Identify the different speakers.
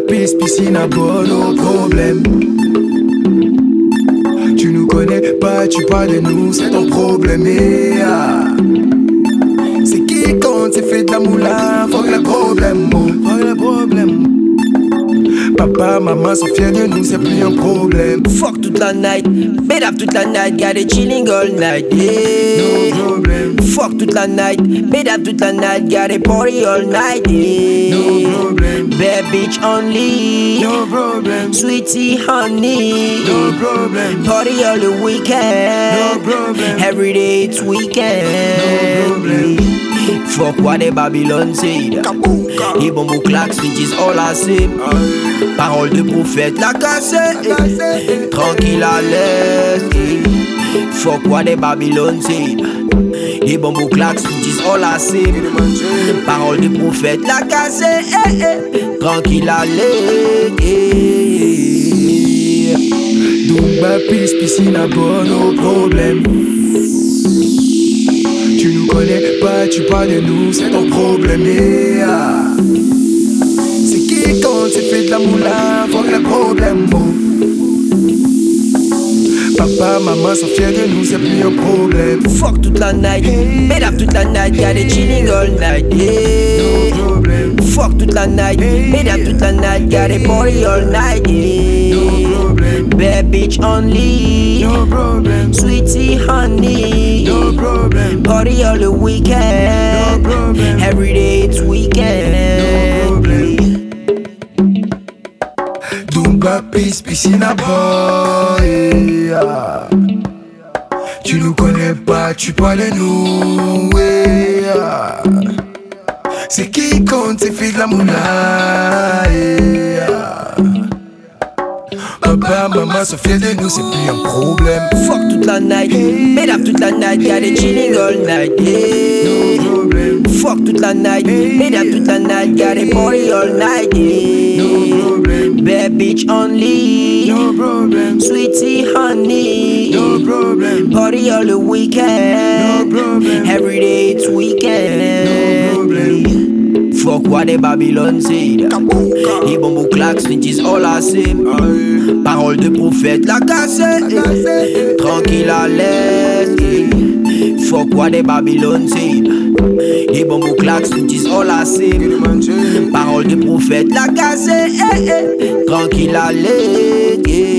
Speaker 1: piscine à nos problèmes. Tu nous connais pas, tu parles de nous, c'est ton problème. eh, ah. C'est qui quand c'est fait de la moulin, faut que le problème, oh, faut que le problème. Papa, maman sont fiers de nous, c'est plus un problème.
Speaker 2: Fuck toute la night, bed up toute la night, got it chilling all night. Yeah.
Speaker 1: No problem.
Speaker 2: Fuck toute la night, bed up toute la night, got it party all night. Yeah.
Speaker 1: No problem.
Speaker 2: Bad bitch only,
Speaker 1: No problem,
Speaker 2: sweetie honey.
Speaker 1: no problem,
Speaker 2: Party all the
Speaker 1: no
Speaker 2: weekend.
Speaker 1: problem.
Speaker 2: Every day it's weekend.
Speaker 1: No problem.
Speaker 2: Fuck what the Babylon said.
Speaker 1: Kabouka.
Speaker 2: Les bombes claques, bitches all I see.
Speaker 1: Aïe.
Speaker 2: Parole de prophète, la cassette.
Speaker 1: cassette.
Speaker 2: Tranquille à l'aise. eh. Fuck what the Babylon said. Les bombes claques, bitches all I see.
Speaker 1: Il est mangé.
Speaker 2: Parole de prophète, la cassette. eh, eh. Tranquille à l'aise. eh.
Speaker 1: Dumba, pisse, piscine à bon nos problèmes. Tu nous connais pas, tu parles de nous, c'est ton problème. eh, ah. C'est qui quand c'est fait de la moulin, faut que le problème. oh. Papa, maman sont fiers de nous, c'est plus un problème.
Speaker 2: Fuck toute la night, bed up toute la night, got it chilling all night, yeah.
Speaker 1: No problem,
Speaker 2: Fuck toute la night, bed up toute la night, got it party all night,
Speaker 1: no
Speaker 2: yeah.
Speaker 1: problem,
Speaker 2: Bad bitch only,
Speaker 1: no problem,
Speaker 2: sweetie honey,
Speaker 1: no problem.
Speaker 2: party all the weekend,
Speaker 1: No problem.
Speaker 2: every day it's
Speaker 1: No
Speaker 2: weekend.
Speaker 1: problem. Dumba Peace, piscina boy. yeah. Tu nous connais pas, tu parles de nous. yeah. C'est qui compte, c'est fait de la moula. yeah. Papa, maman sont fiers de nous, c'est plus un problème.
Speaker 2: Fuck toute la night, bed up toute la night, got it chilling all night, yeah.
Speaker 1: No problem,
Speaker 2: Fuck toute la night, bed up toute la night, got it party all night,
Speaker 1: no
Speaker 2: yeah.
Speaker 1: problem,
Speaker 2: Bad bitch only,
Speaker 1: no problem,
Speaker 2: sweetie honey.
Speaker 1: no problem,
Speaker 2: Party all the weekend,
Speaker 1: No problem.
Speaker 2: every day it's
Speaker 1: no
Speaker 2: weekend.
Speaker 1: problem.
Speaker 2: Fuck what the Babylon said. Les bombes claques, snitches all I see.
Speaker 1: Aïe.
Speaker 2: Parole de prophète, la cassette. Tranquille à l'aise. eh. Fuck what the Babylon said. Les bombes claques, snitches all I see. Parole de prophète, la cassette. eh, eh. Tranquille à l'aise. yeah.